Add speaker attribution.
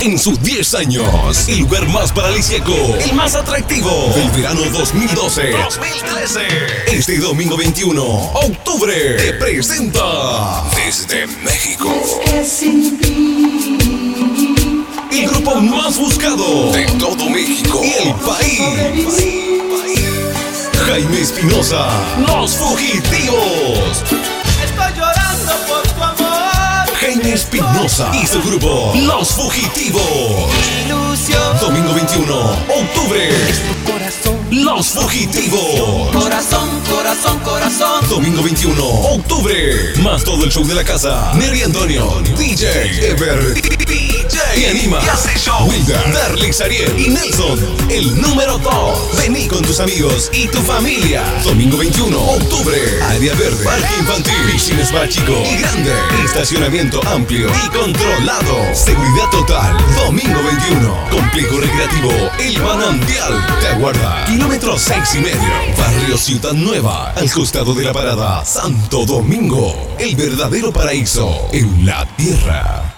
Speaker 1: En sus 10 años, el lugar más paralísico, el más atractivo del verano 2012. 2013. Este domingo 21, octubre, te presenta desde México. El grupo más buscado de todo México y el país. Jaime Espinosa, Los Fugitivos.
Speaker 2: Estoy llorando por tu amor.
Speaker 1: Jaime Espinosa y su grupo Los Fugitivos.
Speaker 2: Ilusión.
Speaker 1: Domingo 21, octubre.
Speaker 2: Tu corazón.
Speaker 1: Los Fugitivos.
Speaker 2: Corazón, corazón, corazón.
Speaker 1: Domingo 21, octubre. Más todo el show de la casa. Neri Antonio, DJ Ever, DJ y anima. Wilder, Darlix Ariel y Nelson. El número 2. Vení con tus amigos y tu familia. Domingo 21, octubre. Área verde. Parque infantil. Piscinas para chico y grande. Estacionamiento amplio y controlado. Seguridad total. Domingo 21. Complejo recreativo. El Manantial. Te aguarda. Kilómetro 6 y medio. Barrio Ciudad Nueva. Al costado de la parada. Santo Domingo. El verdadero paraíso. En la tierra.